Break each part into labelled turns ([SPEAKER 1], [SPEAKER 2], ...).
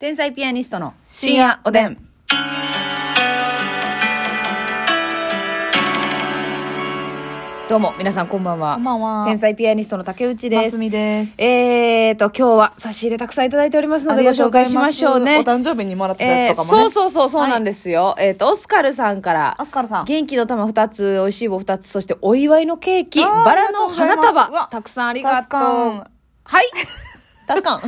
[SPEAKER 1] 天才ピアニストの深夜おでん。どうも、皆さんこんばんは。
[SPEAKER 2] こんばんは。
[SPEAKER 1] 天才ピアニストの竹内で。
[SPEAKER 2] ますすみです。
[SPEAKER 1] えーと、今日は差し入れたくさんいただいておりますのでご紹介しましょう
[SPEAKER 2] お
[SPEAKER 1] ね。
[SPEAKER 2] 誕生日にもらった
[SPEAKER 1] えー
[SPEAKER 2] やつとかもね。
[SPEAKER 1] そうそうそう、そうなんですよ。えっ、と、オスカルさんから
[SPEAKER 2] ア、スカルさん。
[SPEAKER 1] 元気の玉2つ、美味しい棒2つ、そしてお祝いのケーキ、
[SPEAKER 2] あー
[SPEAKER 1] バラの
[SPEAKER 2] あ
[SPEAKER 1] 花
[SPEAKER 2] りがとうございますう
[SPEAKER 1] 束、
[SPEAKER 2] わ
[SPEAKER 1] たくさんありが
[SPEAKER 2] タス
[SPEAKER 1] とう。
[SPEAKER 2] カン
[SPEAKER 1] はい。タス カン。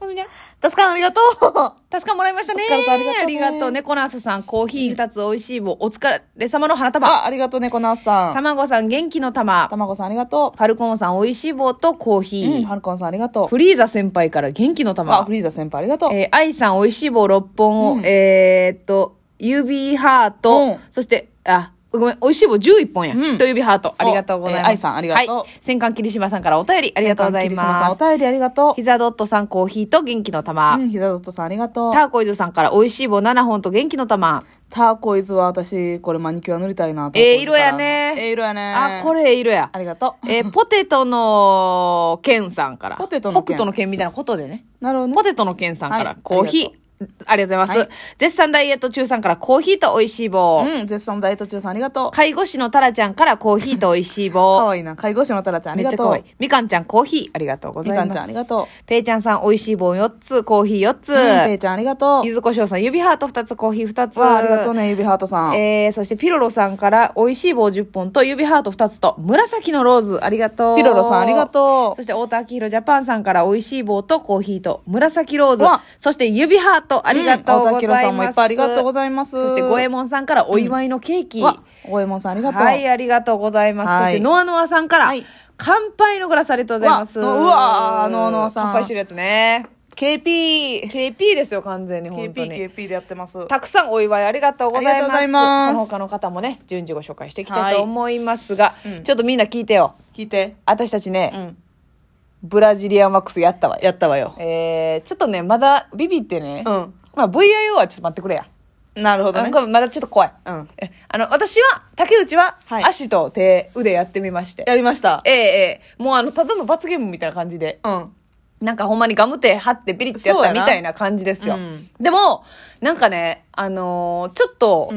[SPEAKER 1] ほんじゃ
[SPEAKER 2] タスカンありがとう。
[SPEAKER 1] タスカンもらいましたね。
[SPEAKER 2] お疲れ様ありがとうね
[SPEAKER 1] ありがとうね。コナーサさん、コーヒー2つ、美味しい棒、お疲れ様の花束。
[SPEAKER 2] あ、ありがとうね、このアスさ
[SPEAKER 1] た
[SPEAKER 2] ん。
[SPEAKER 1] まごさん、元気の玉
[SPEAKER 2] た。まごさんありがと
[SPEAKER 1] ファルコンさん、美味しい棒とコーヒ
[SPEAKER 2] う。うん、
[SPEAKER 1] ー。
[SPEAKER 2] ハルコンさんありがとう
[SPEAKER 1] フ。リーザ先輩から元気の
[SPEAKER 2] あ、
[SPEAKER 1] 玉
[SPEAKER 2] フ。リーザ先輩ありがとう。
[SPEAKER 1] えー、愛さん、美味しい棒6本を、
[SPEAKER 2] うん
[SPEAKER 1] えーっと、指ハート、
[SPEAKER 2] うん
[SPEAKER 1] そして、あ、ごめん、美味しい棒11本や。
[SPEAKER 2] うん
[SPEAKER 1] と指ハート。ありがとうございます。
[SPEAKER 2] おえー愛さんありがとう
[SPEAKER 1] はい。戦艦霧島さんからお便り、ありがとうござい
[SPEAKER 2] 桐島さん
[SPEAKER 1] ま
[SPEAKER 2] お
[SPEAKER 1] す。
[SPEAKER 2] 便りありがとう。
[SPEAKER 1] 膝ドットさん、コーヒーと元気の玉。
[SPEAKER 2] うん、ひざドットさんありがとう
[SPEAKER 1] タ。ーコイズさんから美味しい棒7本と元気の玉。
[SPEAKER 2] ターコイズは私、これマニキュア塗りたいな。
[SPEAKER 1] ええ色やね
[SPEAKER 2] ええ色やね。
[SPEAKER 1] あ、こ。れ色や
[SPEAKER 2] あ。りがとう。
[SPEAKER 1] えーポテトの剣さんから。
[SPEAKER 2] ポテトの剣
[SPEAKER 1] 北斗の剣みたいなことでね。
[SPEAKER 2] なるほどね。
[SPEAKER 1] ポテトのケンさんから、
[SPEAKER 2] はい
[SPEAKER 1] コーヒー。ありがとうございます。
[SPEAKER 2] はい
[SPEAKER 1] 絶賛ダイエット中さんからコーヒーと美味しい棒。
[SPEAKER 2] うん、絶賛ダイエット中さんありがとう。
[SPEAKER 1] 介護士のタラちゃんからコーヒーと美味しい
[SPEAKER 2] か
[SPEAKER 1] 棒。
[SPEAKER 2] わいいな。介護士のタラちゃんあ
[SPEAKER 1] め
[SPEAKER 2] り
[SPEAKER 1] っ
[SPEAKER 2] が
[SPEAKER 1] ちゃ
[SPEAKER 2] と。。
[SPEAKER 1] 可愛いうみかんちゃん、コーヒー、ありがとうございます。
[SPEAKER 2] みかんちゃんありがと
[SPEAKER 1] う。ペイちゃんさん、美味しい棒4つ、コーヒー4つ。
[SPEAKER 2] うん、ペイちゃんありがとう
[SPEAKER 1] ゆ。ずこしょうさん、指ハート2つ、コーヒー2つ。
[SPEAKER 2] わあ、ありがとうね、指ハートさん。
[SPEAKER 1] えー、そしてピロロさんから、美味しい棒10本と、指ハート2つと、紫のローズ、ありがとう。
[SPEAKER 2] ピロロさんありがとう
[SPEAKER 1] そして、太田明宏ジャパンさんから、美味しい棒と、コーヒーと、紫ローズ
[SPEAKER 2] うわ。
[SPEAKER 1] そして、指ハート、ありがとうございます。
[SPEAKER 2] うん太田明宏さんもいっぱいありがとうございます
[SPEAKER 1] そして、五右衛門さんから、お祝いのケーキ。
[SPEAKER 2] わ、ゴエモンさんありがとう。
[SPEAKER 1] はい、ありがとうございます。
[SPEAKER 2] はい
[SPEAKER 1] そして、ノアノアさんから、
[SPEAKER 2] はい
[SPEAKER 1] 乾杯のグラスありがとうございます。
[SPEAKER 2] うわうわノアノアさん
[SPEAKER 1] 乾杯してるやつね。
[SPEAKER 2] KP。
[SPEAKER 1] KP ですよ、完全に、本当に。
[SPEAKER 2] KP、KP でやってます。
[SPEAKER 1] たくさんお祝いありがとうござい
[SPEAKER 2] あり
[SPEAKER 1] ま
[SPEAKER 2] がと
[SPEAKER 1] す。
[SPEAKER 2] うございます
[SPEAKER 1] その他の方もね、順次ご紹介していきたいと思いますが、ちょっとみんな聞いてよ。
[SPEAKER 2] 聞いて。
[SPEAKER 1] 私たちね、
[SPEAKER 2] うん。
[SPEAKER 1] ブラジリアンワックスやったわよ。
[SPEAKER 2] やったわよ。
[SPEAKER 1] えー、ちょっとね、まだビビってね、
[SPEAKER 2] うん
[SPEAKER 1] まあ VIO はちょっと待ってくれや。
[SPEAKER 2] なるほど
[SPEAKER 1] な
[SPEAKER 2] ね
[SPEAKER 1] ん。かまだちょっと怖い。
[SPEAKER 2] うん
[SPEAKER 1] えあの、私は、竹内は、
[SPEAKER 2] はい
[SPEAKER 1] 足と手、腕やってみまして。
[SPEAKER 2] やりました
[SPEAKER 1] え。えええもうあの、ただの罰ゲームみたいな感じで。
[SPEAKER 2] うん。
[SPEAKER 1] なんかほんまにガムテ貼ってピリッてやっ
[SPEAKER 2] そう
[SPEAKER 1] た
[SPEAKER 2] や
[SPEAKER 1] み
[SPEAKER 2] な
[SPEAKER 1] たいな感じですよ。
[SPEAKER 2] うん
[SPEAKER 1] でも、なんかね、あのーちょっと、
[SPEAKER 2] ん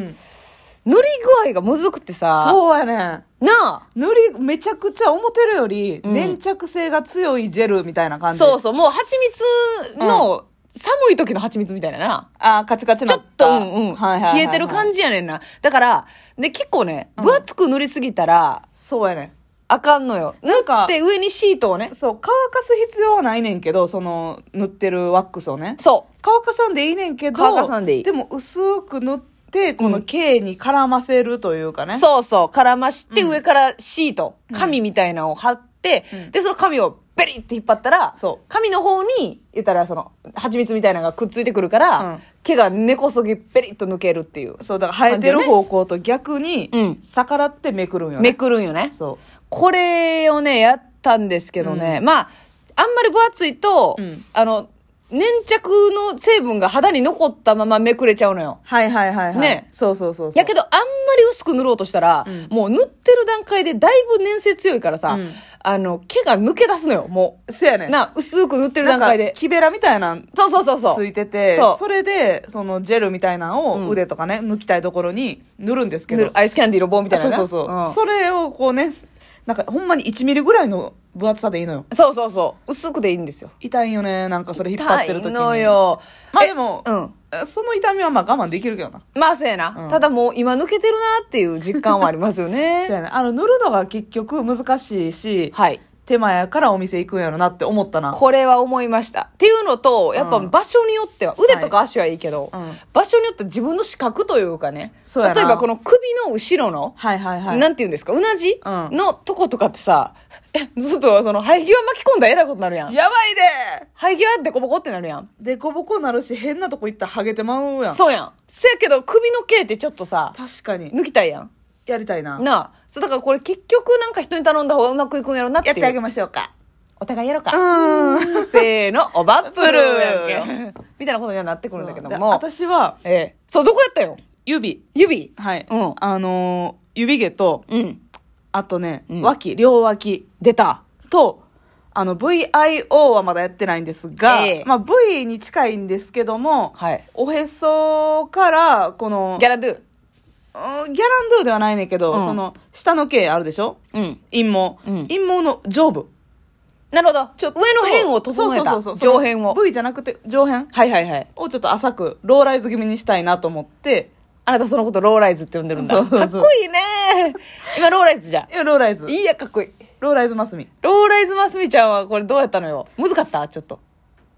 [SPEAKER 1] 塗り具合がむずくてさ、
[SPEAKER 2] そうやね。
[SPEAKER 1] な
[SPEAKER 2] 塗り、めちゃくちゃ思ってるより、粘着性が強いジェルみたいな
[SPEAKER 1] あ、
[SPEAKER 2] 感じ。
[SPEAKER 1] そうそう、もう蜂蜜の、寒い時の蜂蜜みたいなな。
[SPEAKER 2] あー、カチカチ
[SPEAKER 1] ち
[SPEAKER 2] の。
[SPEAKER 1] ょっと、うんうん、
[SPEAKER 2] はいはいはいはい。
[SPEAKER 1] 冷えてる感じやねんな。だから、ね、結構ね、分厚く塗りすぎたら、
[SPEAKER 2] そうやね。
[SPEAKER 1] あかんのよ。
[SPEAKER 2] なんか、
[SPEAKER 1] で、上にシートをね、
[SPEAKER 2] そう、乾かす必要はないねんけど、その、塗ってるワックスをね。
[SPEAKER 1] そう。
[SPEAKER 2] 乾かさんでいいねんけど
[SPEAKER 1] 乾かさんでいい
[SPEAKER 2] も薄く塗ってこの毛に絡ませるというかね、
[SPEAKER 1] そうそう、絡まして、上からシート、紙みたいなのを貼って、で、その紙をベリって引っ張ったら、
[SPEAKER 2] そう
[SPEAKER 1] 紙の方に、言ったら、その、蜂蜜みたいなのがくっついてくるから、
[SPEAKER 2] うん
[SPEAKER 1] 毛が根こそぎベリッと抜けるっていう。
[SPEAKER 2] そうだから生えてる方向と逆に
[SPEAKER 1] うん
[SPEAKER 2] 逆らってめくるんよね、
[SPEAKER 1] めくるんよね。
[SPEAKER 2] そ
[SPEAKER 1] これをね、やったんですけどね、まあ、あんまり分厚いと、
[SPEAKER 2] うん
[SPEAKER 1] あの、粘着の成分が肌に残ったままめくれちゃうのよ
[SPEAKER 2] う。はいはいはいはい
[SPEAKER 1] ね
[SPEAKER 2] そうそうそうそう
[SPEAKER 1] やけど、あんまり薄く塗ろうとしたら、
[SPEAKER 2] うん
[SPEAKER 1] もう塗ってる段階でだいぶ粘性強いからさ、
[SPEAKER 2] うん
[SPEAKER 1] あの、毛が抜け出すのよ、もう。
[SPEAKER 2] せやねん
[SPEAKER 1] な、薄く塗ってる
[SPEAKER 2] な
[SPEAKER 1] 段
[SPEAKER 2] んか
[SPEAKER 1] 階で。
[SPEAKER 2] 木べらみたいなん
[SPEAKER 1] そうそうそうそう。
[SPEAKER 2] ついてて
[SPEAKER 1] そう
[SPEAKER 2] れでそのジェルみたい
[SPEAKER 1] う
[SPEAKER 2] な
[SPEAKER 1] ん
[SPEAKER 2] のを腕とかね、抜きたいところに塗るんですけ
[SPEAKER 1] 塗る
[SPEAKER 2] ど
[SPEAKER 1] アイスキャンディーの棒みたいな
[SPEAKER 2] そう
[SPEAKER 1] な。
[SPEAKER 2] そうそう、
[SPEAKER 1] ん
[SPEAKER 2] それをこうねなんかほんまに1ミリぐらいの分厚さでいいのよ
[SPEAKER 1] そうそうそう。薄くでいいんですよ。
[SPEAKER 2] 痛いよねなんかそれ引っ張ってる時
[SPEAKER 1] 痛
[SPEAKER 2] に
[SPEAKER 1] いのよ。
[SPEAKER 2] まあ
[SPEAKER 1] え
[SPEAKER 2] でも
[SPEAKER 1] うん。
[SPEAKER 2] その痛みはまあ我慢できるけどな。
[SPEAKER 1] まあ、そうやな、
[SPEAKER 2] うん
[SPEAKER 1] ただもう今抜けてるなっていう実感はありますよ
[SPEAKER 2] そう
[SPEAKER 1] ね。
[SPEAKER 2] やね。あの、塗るのが結局難しいし、
[SPEAKER 1] はい。
[SPEAKER 2] 手前やからお店行くんやろなって思ったな。
[SPEAKER 1] これは思いました。っていうのと、やっぱ
[SPEAKER 2] うん
[SPEAKER 1] 場所によっては、腕とか足はいいけど、
[SPEAKER 2] はいうん
[SPEAKER 1] 場所によって自分の視覚というかね、
[SPEAKER 2] そうやな
[SPEAKER 1] 例えばこの首の後ろの、
[SPEAKER 2] はいはいはい。
[SPEAKER 1] なんて言うんですか、うなじ、
[SPEAKER 2] うん
[SPEAKER 1] のとことかってさ、えずっとその生え際巻き込んだらえらいことになるやん。
[SPEAKER 2] やばいで
[SPEAKER 1] 生え際でこぼこってなるやん。
[SPEAKER 2] でこぼこなるし、変なとこ行ったらハゲてまうやん。
[SPEAKER 1] そうやん。せやけど首の毛ってちょっとさ、
[SPEAKER 2] 確かに。
[SPEAKER 1] 抜きたいやん。
[SPEAKER 2] やりたいな。
[SPEAKER 1] なあ。そうだからこれ結局なんか人に頼んだ方がうまくいくんやろなってい
[SPEAKER 2] や
[SPEAKER 1] う。
[SPEAKER 2] ってあげましょうか。
[SPEAKER 1] お互いやろうか
[SPEAKER 2] う。ーん。
[SPEAKER 1] せーの、おばっぷる
[SPEAKER 2] プル
[SPEAKER 1] やん
[SPEAKER 2] ー
[SPEAKER 1] け。みたいなことにはなってくるんだけど
[SPEAKER 2] で
[SPEAKER 1] も。
[SPEAKER 2] 私は、
[SPEAKER 1] ええそう、どこやったよ
[SPEAKER 2] 指。
[SPEAKER 1] 指
[SPEAKER 2] はい。
[SPEAKER 1] うん
[SPEAKER 2] あのー指毛と、
[SPEAKER 1] うん。
[SPEAKER 2] あとね、
[SPEAKER 1] うん
[SPEAKER 2] 脇、両脇
[SPEAKER 1] 出た。
[SPEAKER 2] と、あの、VIO はまだやってないんですが、
[SPEAKER 1] ええ
[SPEAKER 2] まあ、V に近いんですけども、
[SPEAKER 1] はい
[SPEAKER 2] おへそから、この、
[SPEAKER 1] ギャラドゥ。
[SPEAKER 2] うんギャランドゥではないねんけど、
[SPEAKER 1] うん
[SPEAKER 2] その、下の毛あるでしょ
[SPEAKER 1] うん。
[SPEAKER 2] 陰毛、
[SPEAKER 1] うん
[SPEAKER 2] 陰毛の上部。
[SPEAKER 1] なるほど。
[SPEAKER 2] ちょっと
[SPEAKER 1] 上の辺を整えた。
[SPEAKER 2] そうそうそうそ
[SPEAKER 1] 上
[SPEAKER 2] う
[SPEAKER 1] 辺を。
[SPEAKER 2] V じゃなくて、上辺
[SPEAKER 1] はいはいはい。
[SPEAKER 2] をちょっと浅く、ローライズ気味にしたいなと思って、
[SPEAKER 1] あなたそのことローライズって呼んでるんだ。
[SPEAKER 2] そうそうそう
[SPEAKER 1] かっこいいね。今ローライズじゃん
[SPEAKER 2] い。やローライズ。
[SPEAKER 1] いいや、かっこいい。
[SPEAKER 2] ローライズますみ。い
[SPEAKER 1] ローライズますみちゃんはこれどうやったのよ。難かったちょっと。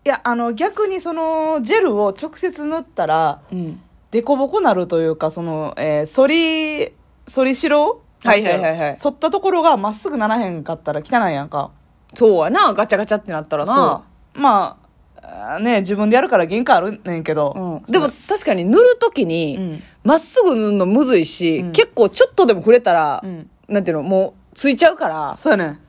[SPEAKER 2] や、あの、逆にその、ジェルを直接塗ったら、
[SPEAKER 1] うん。
[SPEAKER 2] デコボコなるというか、その、えー、反り、反りしろ
[SPEAKER 1] はいはいはいはい
[SPEAKER 2] 反ったところがまっすぐならへんかったら汚いやんか。
[SPEAKER 1] そうやな。ガチャガチャってなったらな。
[SPEAKER 2] そう。まあ、あーね、自分でやるから限界あるねんけど。
[SPEAKER 1] うん、
[SPEAKER 2] そ
[SPEAKER 1] で
[SPEAKER 2] の
[SPEAKER 1] も、確かに塗るとき
[SPEAKER 2] うん
[SPEAKER 1] にま、っすぐ塗るのむずいし、
[SPEAKER 2] うん
[SPEAKER 1] 結構ちょっとでも触れたら、
[SPEAKER 2] うん
[SPEAKER 1] なんていうのもうついちゃうから
[SPEAKER 2] そうやねん。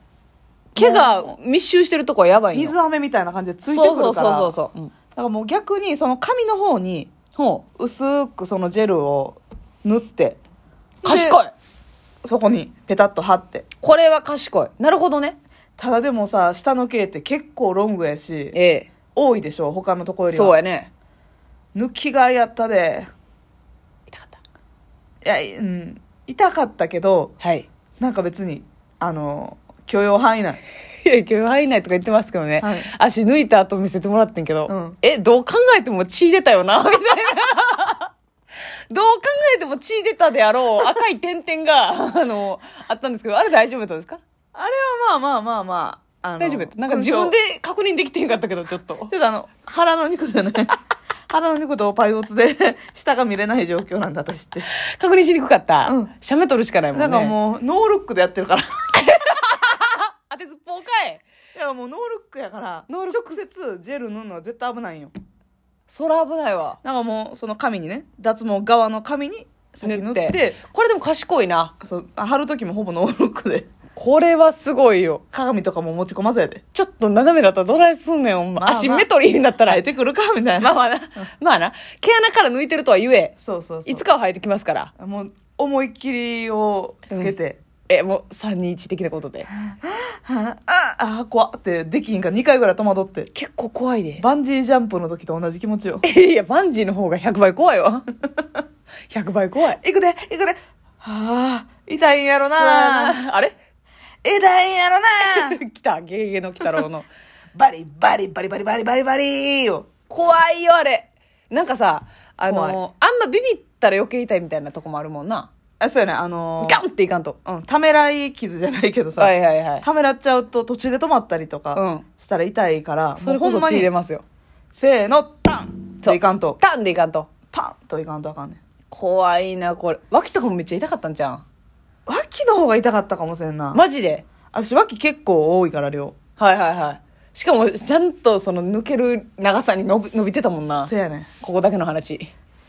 [SPEAKER 1] 毛が密集してるとこはやばいよ
[SPEAKER 2] 水飴みたいな感じでついてく
[SPEAKER 1] そう
[SPEAKER 2] るから。
[SPEAKER 1] そうそうそうそう、うん、
[SPEAKER 2] だからもう逆に、その髪の方に、
[SPEAKER 1] ほ
[SPEAKER 2] 薄くそのジェルを塗って。
[SPEAKER 1] う賢
[SPEAKER 2] で
[SPEAKER 1] い
[SPEAKER 2] そこにペタッと貼って。
[SPEAKER 1] これは賢いなるほどね
[SPEAKER 2] ただでもさ、下の毛って結構ロングやし、
[SPEAKER 1] え
[SPEAKER 2] 多いでしょ、他のとこ
[SPEAKER 1] え
[SPEAKER 2] よりは。
[SPEAKER 1] そうやね
[SPEAKER 2] 抜きがやったで。
[SPEAKER 1] 痛かった
[SPEAKER 2] いや、うん、痛かったけど、
[SPEAKER 1] はい
[SPEAKER 2] なんか別に、あの、許容範囲内。
[SPEAKER 1] いや今日入んないとか言ってますけどね、
[SPEAKER 2] はい
[SPEAKER 1] 足抜いた後見せてもらってんけど、
[SPEAKER 2] うん
[SPEAKER 1] えどう考えても血出たよ なみたいなどう考えても血出たであろう赤い点々が あのあったんですけどあれ大丈夫だったんですか
[SPEAKER 2] あれはまあまあまあまあ、あの
[SPEAKER 1] 大丈夫やったなんか自分で。確認できてんかったけどちょっと
[SPEAKER 2] 勲章ちょっとあの、腹の肉 でね、腹の肉とパイオツで、下が見れない状況なんだ、私って。
[SPEAKER 1] 確認しにくかった、
[SPEAKER 2] うん
[SPEAKER 1] 写メ撮るしかないもんね
[SPEAKER 2] だからもう、ノールックでやってるから。 だ
[SPEAKER 1] 当てずっぽうかい
[SPEAKER 2] からもう、ノールックやから、
[SPEAKER 1] ノー
[SPEAKER 2] 直
[SPEAKER 1] ルック
[SPEAKER 2] 接ジェル塗るのは絶対危ないんよ。
[SPEAKER 1] そら危ないわ
[SPEAKER 2] だからもう、その紙にね、脱毛側の紙に先塗
[SPEAKER 1] 塗
[SPEAKER 2] っ、
[SPEAKER 1] っててこれでも賢いな
[SPEAKER 2] そう、貼る時もほぼノールックで、
[SPEAKER 1] これはすごいよ
[SPEAKER 2] 鏡とかも持ち込ませて、
[SPEAKER 1] ちょっと斜めだったらどないすんねんほんま、
[SPEAKER 2] まあまあ
[SPEAKER 1] 足メトリーにな ったら
[SPEAKER 2] 生えてくるか、みたい
[SPEAKER 1] ま
[SPEAKER 2] な。
[SPEAKER 1] あまあな、まあな、毛穴から抜いてるとは言え、
[SPEAKER 2] そうそうそう。
[SPEAKER 1] いつかは生えてきますから。
[SPEAKER 2] もう思いっきりをつけて、
[SPEAKER 1] え、もう321的なこと で。
[SPEAKER 2] あああ怖っってできひんから2回ぐらい戸惑って
[SPEAKER 1] 結構怖いで。
[SPEAKER 2] バンジージャンプの時と同じ気持ちよ
[SPEAKER 1] いや、バンジーの方が100倍怖い わ。100倍怖い。
[SPEAKER 2] 行くで行くではあ痛いんやろな
[SPEAKER 1] あれ
[SPEAKER 2] 痛いんやろな
[SPEAKER 1] 来た、ゲーゲーの鬼太郎 の。
[SPEAKER 2] バリバリバリバリバリバリバリよ
[SPEAKER 1] 怖いよ、あれ。なんかさ、あ
[SPEAKER 2] 怖い
[SPEAKER 1] の、あんまビビったら余計痛いみたいなとこもあるもんな。
[SPEAKER 2] あそうやねあのー
[SPEAKER 1] ガンっていかんと。
[SPEAKER 2] うん、ためらい傷じゃないけどさ、
[SPEAKER 1] はいはいはい。
[SPEAKER 2] ためらっちゃうと途中で止まったりと
[SPEAKER 1] う
[SPEAKER 2] か
[SPEAKER 1] ん
[SPEAKER 2] したら痛いから、
[SPEAKER 1] それこ
[SPEAKER 2] も
[SPEAKER 1] そう
[SPEAKER 2] ほんま
[SPEAKER 1] 血出
[SPEAKER 2] に
[SPEAKER 1] ますよ。
[SPEAKER 2] せーのタン
[SPEAKER 1] そ
[SPEAKER 2] と
[SPEAKER 1] う
[SPEAKER 2] いかんと
[SPEAKER 1] タンでいかんと。
[SPEAKER 2] パンといかんとあかんねん
[SPEAKER 1] 怖いな、これ。脇とかもめっちゃ痛かったんじゃん。
[SPEAKER 2] 脇の方が痛かったかもしれんな
[SPEAKER 1] マジで。
[SPEAKER 2] 私脇結構多いから量
[SPEAKER 1] はいはいはいしかもちゃんとその抜ける長さに伸び伸びてたもんな
[SPEAKER 2] そうやねん
[SPEAKER 1] ここだけの話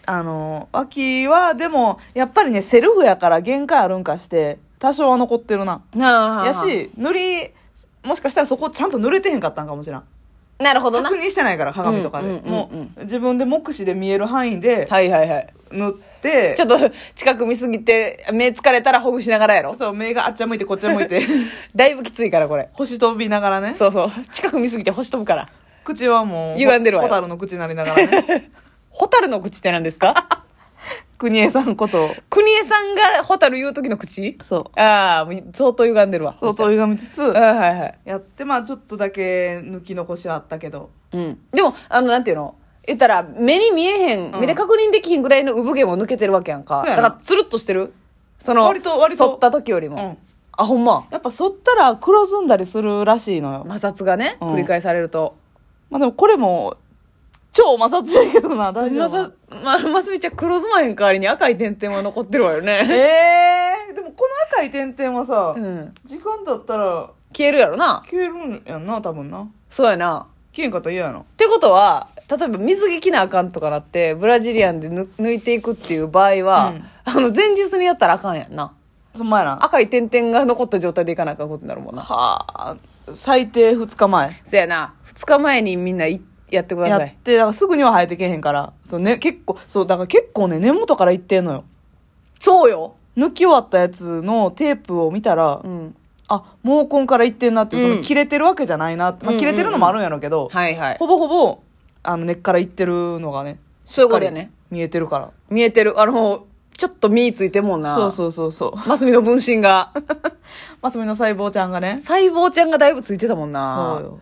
[SPEAKER 2] あの脇はでもやっぱりねセルフやから限界あるんかして多少は残ってるな
[SPEAKER 1] な
[SPEAKER 2] やし塗りもしかしたらそこちゃんと塗れてへんかったんかもしれん
[SPEAKER 1] なるほどな
[SPEAKER 2] 確認してないから鏡とかで、
[SPEAKER 1] うんうんうんうん
[SPEAKER 2] もう自分で目視で見える範囲で
[SPEAKER 1] はいはいはい
[SPEAKER 2] 塗って
[SPEAKER 1] ちょっと近く見すぎて目疲れたらほぐしながらやろ
[SPEAKER 2] そう目があっちゃ向いてこっちゃ向 いて
[SPEAKER 1] だいぶきついからこれ
[SPEAKER 2] 星飛びながらね
[SPEAKER 1] そうそう近く見すぎて星飛ぶから
[SPEAKER 2] 口はもう
[SPEAKER 1] 歪んでるわよ
[SPEAKER 2] ホタルの口になりながら ね
[SPEAKER 1] 蛍の口って何です か
[SPEAKER 2] 国枝さんこと
[SPEAKER 1] 国枝さんが蛍言う時の口
[SPEAKER 2] そ
[SPEAKER 1] ああもう相当歪んでるわ
[SPEAKER 2] そうそう歪みつつ
[SPEAKER 1] うんはいはい
[SPEAKER 2] やってまあちょっとだけ抜き残しはあったけど
[SPEAKER 1] うん、でもあのなんていうの言ったら目に見えへん、
[SPEAKER 2] うん
[SPEAKER 1] 目で確認できひんぐらいの産毛も抜けてるわけやんか
[SPEAKER 2] そうや
[SPEAKER 1] だ
[SPEAKER 2] な
[SPEAKER 1] からつるっとしてるその
[SPEAKER 2] 割と割と
[SPEAKER 1] 剃った時よりも、
[SPEAKER 2] うん
[SPEAKER 1] あほんま
[SPEAKER 2] やっぱ剃ったら黒ずんだりするらしいのよ。
[SPEAKER 1] 摩擦がね、
[SPEAKER 2] うん
[SPEAKER 1] 繰り返されると
[SPEAKER 2] まあでもこれも、超摩擦やけどな、大丈
[SPEAKER 1] 摩
[SPEAKER 2] 夫
[SPEAKER 1] 擦。まますみちゃん黒ずまへん代わりに赤い点々は残ってるわよ ね
[SPEAKER 2] えー、でもこの赤い点々はさ、
[SPEAKER 1] うん
[SPEAKER 2] 時間だったら
[SPEAKER 1] 消えるやろな
[SPEAKER 2] 消えるんやんな、多分な。
[SPEAKER 1] そうやな
[SPEAKER 2] 消えんかったら嫌やな。
[SPEAKER 1] ってことは例えば水着着なあかんとかなってブラジリアンでぬ抜いていくっていう場合は、あの前日にやったらあかんやんな
[SPEAKER 2] その前な。
[SPEAKER 1] 赤い点々が残った状態でいかなあかんことになるもんな
[SPEAKER 2] はあ、最低2日前。
[SPEAKER 1] そやな。二日前にみんないやってくだ
[SPEAKER 2] や
[SPEAKER 1] さ
[SPEAKER 2] っ
[SPEAKER 1] い。
[SPEAKER 2] て、だからすぐには生えてけへんから。そうね、結構、そう、だから結構ね、根元からいってんのよ。
[SPEAKER 1] そうよ。
[SPEAKER 2] 抜き終わったやつのテープを見たら、
[SPEAKER 1] うん。
[SPEAKER 2] あ毛根からいってんなっていう、そうの
[SPEAKER 1] ん
[SPEAKER 2] 切れてるわけじゃないなって、ま
[SPEAKER 1] う
[SPEAKER 2] あ、
[SPEAKER 1] んうん
[SPEAKER 2] 切れてるのもあるんやろうけど、
[SPEAKER 1] はいはい。
[SPEAKER 2] ほぼほぼあの根っからいってるのがね
[SPEAKER 1] そういうことやね。
[SPEAKER 2] 見えてるから
[SPEAKER 1] 見えてる。あの、もうちょっと身ついてんもんな。
[SPEAKER 2] そうそうそうそう
[SPEAKER 1] う。マスミの分身が。
[SPEAKER 2] マスミの細胞ちゃんがね
[SPEAKER 1] 細胞ちゃんがだいぶついてたもんな。
[SPEAKER 2] そうよ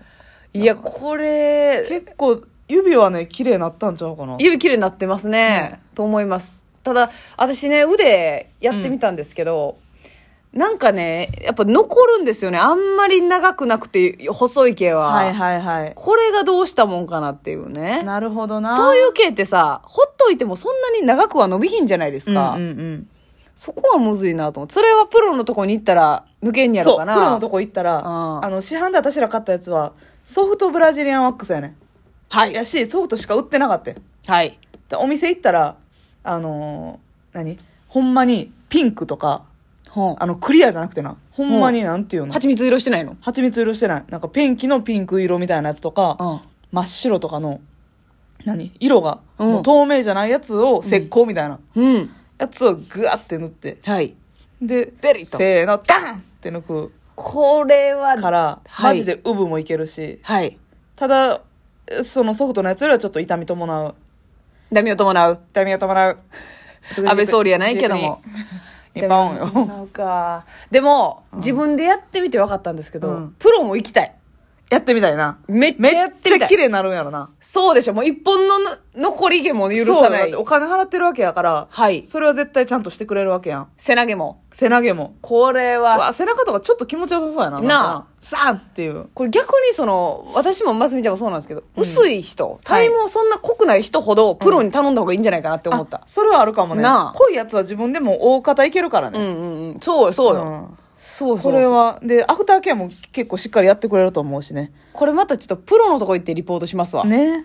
[SPEAKER 1] いや、これ、
[SPEAKER 2] 結構指はね綺麗になったんちゃうかな
[SPEAKER 1] 指綺麗になってますね。と思います。ただ、私ね、腕やってみたんですけど、なんかね、やっぱ残るんですよね。あんまり長くなくて、細い毛は。
[SPEAKER 2] はいはいはい
[SPEAKER 1] これがどうしたもんかなっていうね。
[SPEAKER 2] なるほどな
[SPEAKER 1] そう
[SPEAKER 2] う
[SPEAKER 1] いう毛ってさ、ほっといてもそんなに長くは伸びひんじゃないですか。
[SPEAKER 2] んうん
[SPEAKER 1] そこはむずいなと思って。それはプロのとこに行ったら抜けん
[SPEAKER 2] う
[SPEAKER 1] や
[SPEAKER 2] ん、
[SPEAKER 1] ろ
[SPEAKER 2] そう
[SPEAKER 1] か
[SPEAKER 2] プ
[SPEAKER 1] な。
[SPEAKER 2] ロのとこ行ったら、
[SPEAKER 1] うん
[SPEAKER 2] あの市販で私ら買ったやつはソフトブラジリアンワックスやね
[SPEAKER 1] は
[SPEAKER 2] ん
[SPEAKER 1] い。
[SPEAKER 2] やしソフトしか売ってなかったん
[SPEAKER 1] はい。
[SPEAKER 2] でお店行ったらあのー何ほんまにピンクとか
[SPEAKER 1] ほん。
[SPEAKER 2] あのクリアじゃなくてなほんまになんていうの
[SPEAKER 1] 蜂蜜色してないの
[SPEAKER 2] 蜂蜜色してないなんかペンキのピンク色みたいなやつとか、
[SPEAKER 1] ん。
[SPEAKER 2] 真っ白とかの何色が、
[SPEAKER 1] うん
[SPEAKER 2] もう透明じゃないやつを石膏みたいな
[SPEAKER 1] うん。
[SPEAKER 2] やつをグワって塗って
[SPEAKER 1] はい。
[SPEAKER 2] で
[SPEAKER 1] ベリッと
[SPEAKER 2] せーのダンって抜く
[SPEAKER 1] これは、
[SPEAKER 2] から、
[SPEAKER 1] はい
[SPEAKER 2] マジでウブもいけるし
[SPEAKER 1] はい。
[SPEAKER 2] ただそのソフトのやつよりはちょっと痛み伴う
[SPEAKER 1] ダメを伴う。
[SPEAKER 2] 痛みが伴う
[SPEAKER 1] 安倍総理やないけど も。
[SPEAKER 2] 日本
[SPEAKER 1] ダメを
[SPEAKER 2] よ
[SPEAKER 1] 伴うか。でも、自分でやってみて分かったんですけど、
[SPEAKER 2] うん
[SPEAKER 1] プロも行きたい。
[SPEAKER 2] やってみたいな
[SPEAKER 1] めっち
[SPEAKER 2] め
[SPEAKER 1] ゃや
[SPEAKER 2] っ
[SPEAKER 1] ってみ
[SPEAKER 2] ち
[SPEAKER 1] た
[SPEAKER 2] ゃ
[SPEAKER 1] い。
[SPEAKER 2] 綺麗になるんやろな
[SPEAKER 1] そうでしょ。もう一本のの残り毛も許さ
[SPEAKER 2] そう
[SPEAKER 1] な
[SPEAKER 2] だっ
[SPEAKER 1] い
[SPEAKER 2] て。お金払ってるわけやから
[SPEAKER 1] はい。
[SPEAKER 2] それは絶対ちゃんとしてくれるわけやん
[SPEAKER 1] 背中も。
[SPEAKER 2] 背投げも
[SPEAKER 1] これ
[SPEAKER 2] う
[SPEAKER 1] は、
[SPEAKER 2] わ背中とかちょっと気持ちよさそうやな
[SPEAKER 1] なあ
[SPEAKER 2] なんかサンっていう
[SPEAKER 1] これ逆にその、私もますみちゃんもそうなんですけど、薄い人、体毛そんな濃くない人ほど、プロに頼んだ方がいいんじゃないかなって思った
[SPEAKER 2] あ。それはあるかもね
[SPEAKER 1] なあ
[SPEAKER 2] 濃いやつは自分でも大方いけるから
[SPEAKER 1] う
[SPEAKER 2] ね、
[SPEAKER 1] んうんうん。そうよ、そうよ。
[SPEAKER 2] うん
[SPEAKER 1] そうそうそ
[SPEAKER 2] こ
[SPEAKER 1] う
[SPEAKER 2] れはでアフターケアも結構しっかりやってくれると思うしね
[SPEAKER 1] これまたちょっとプロのとこ行ってリポートしますわ。
[SPEAKER 2] ね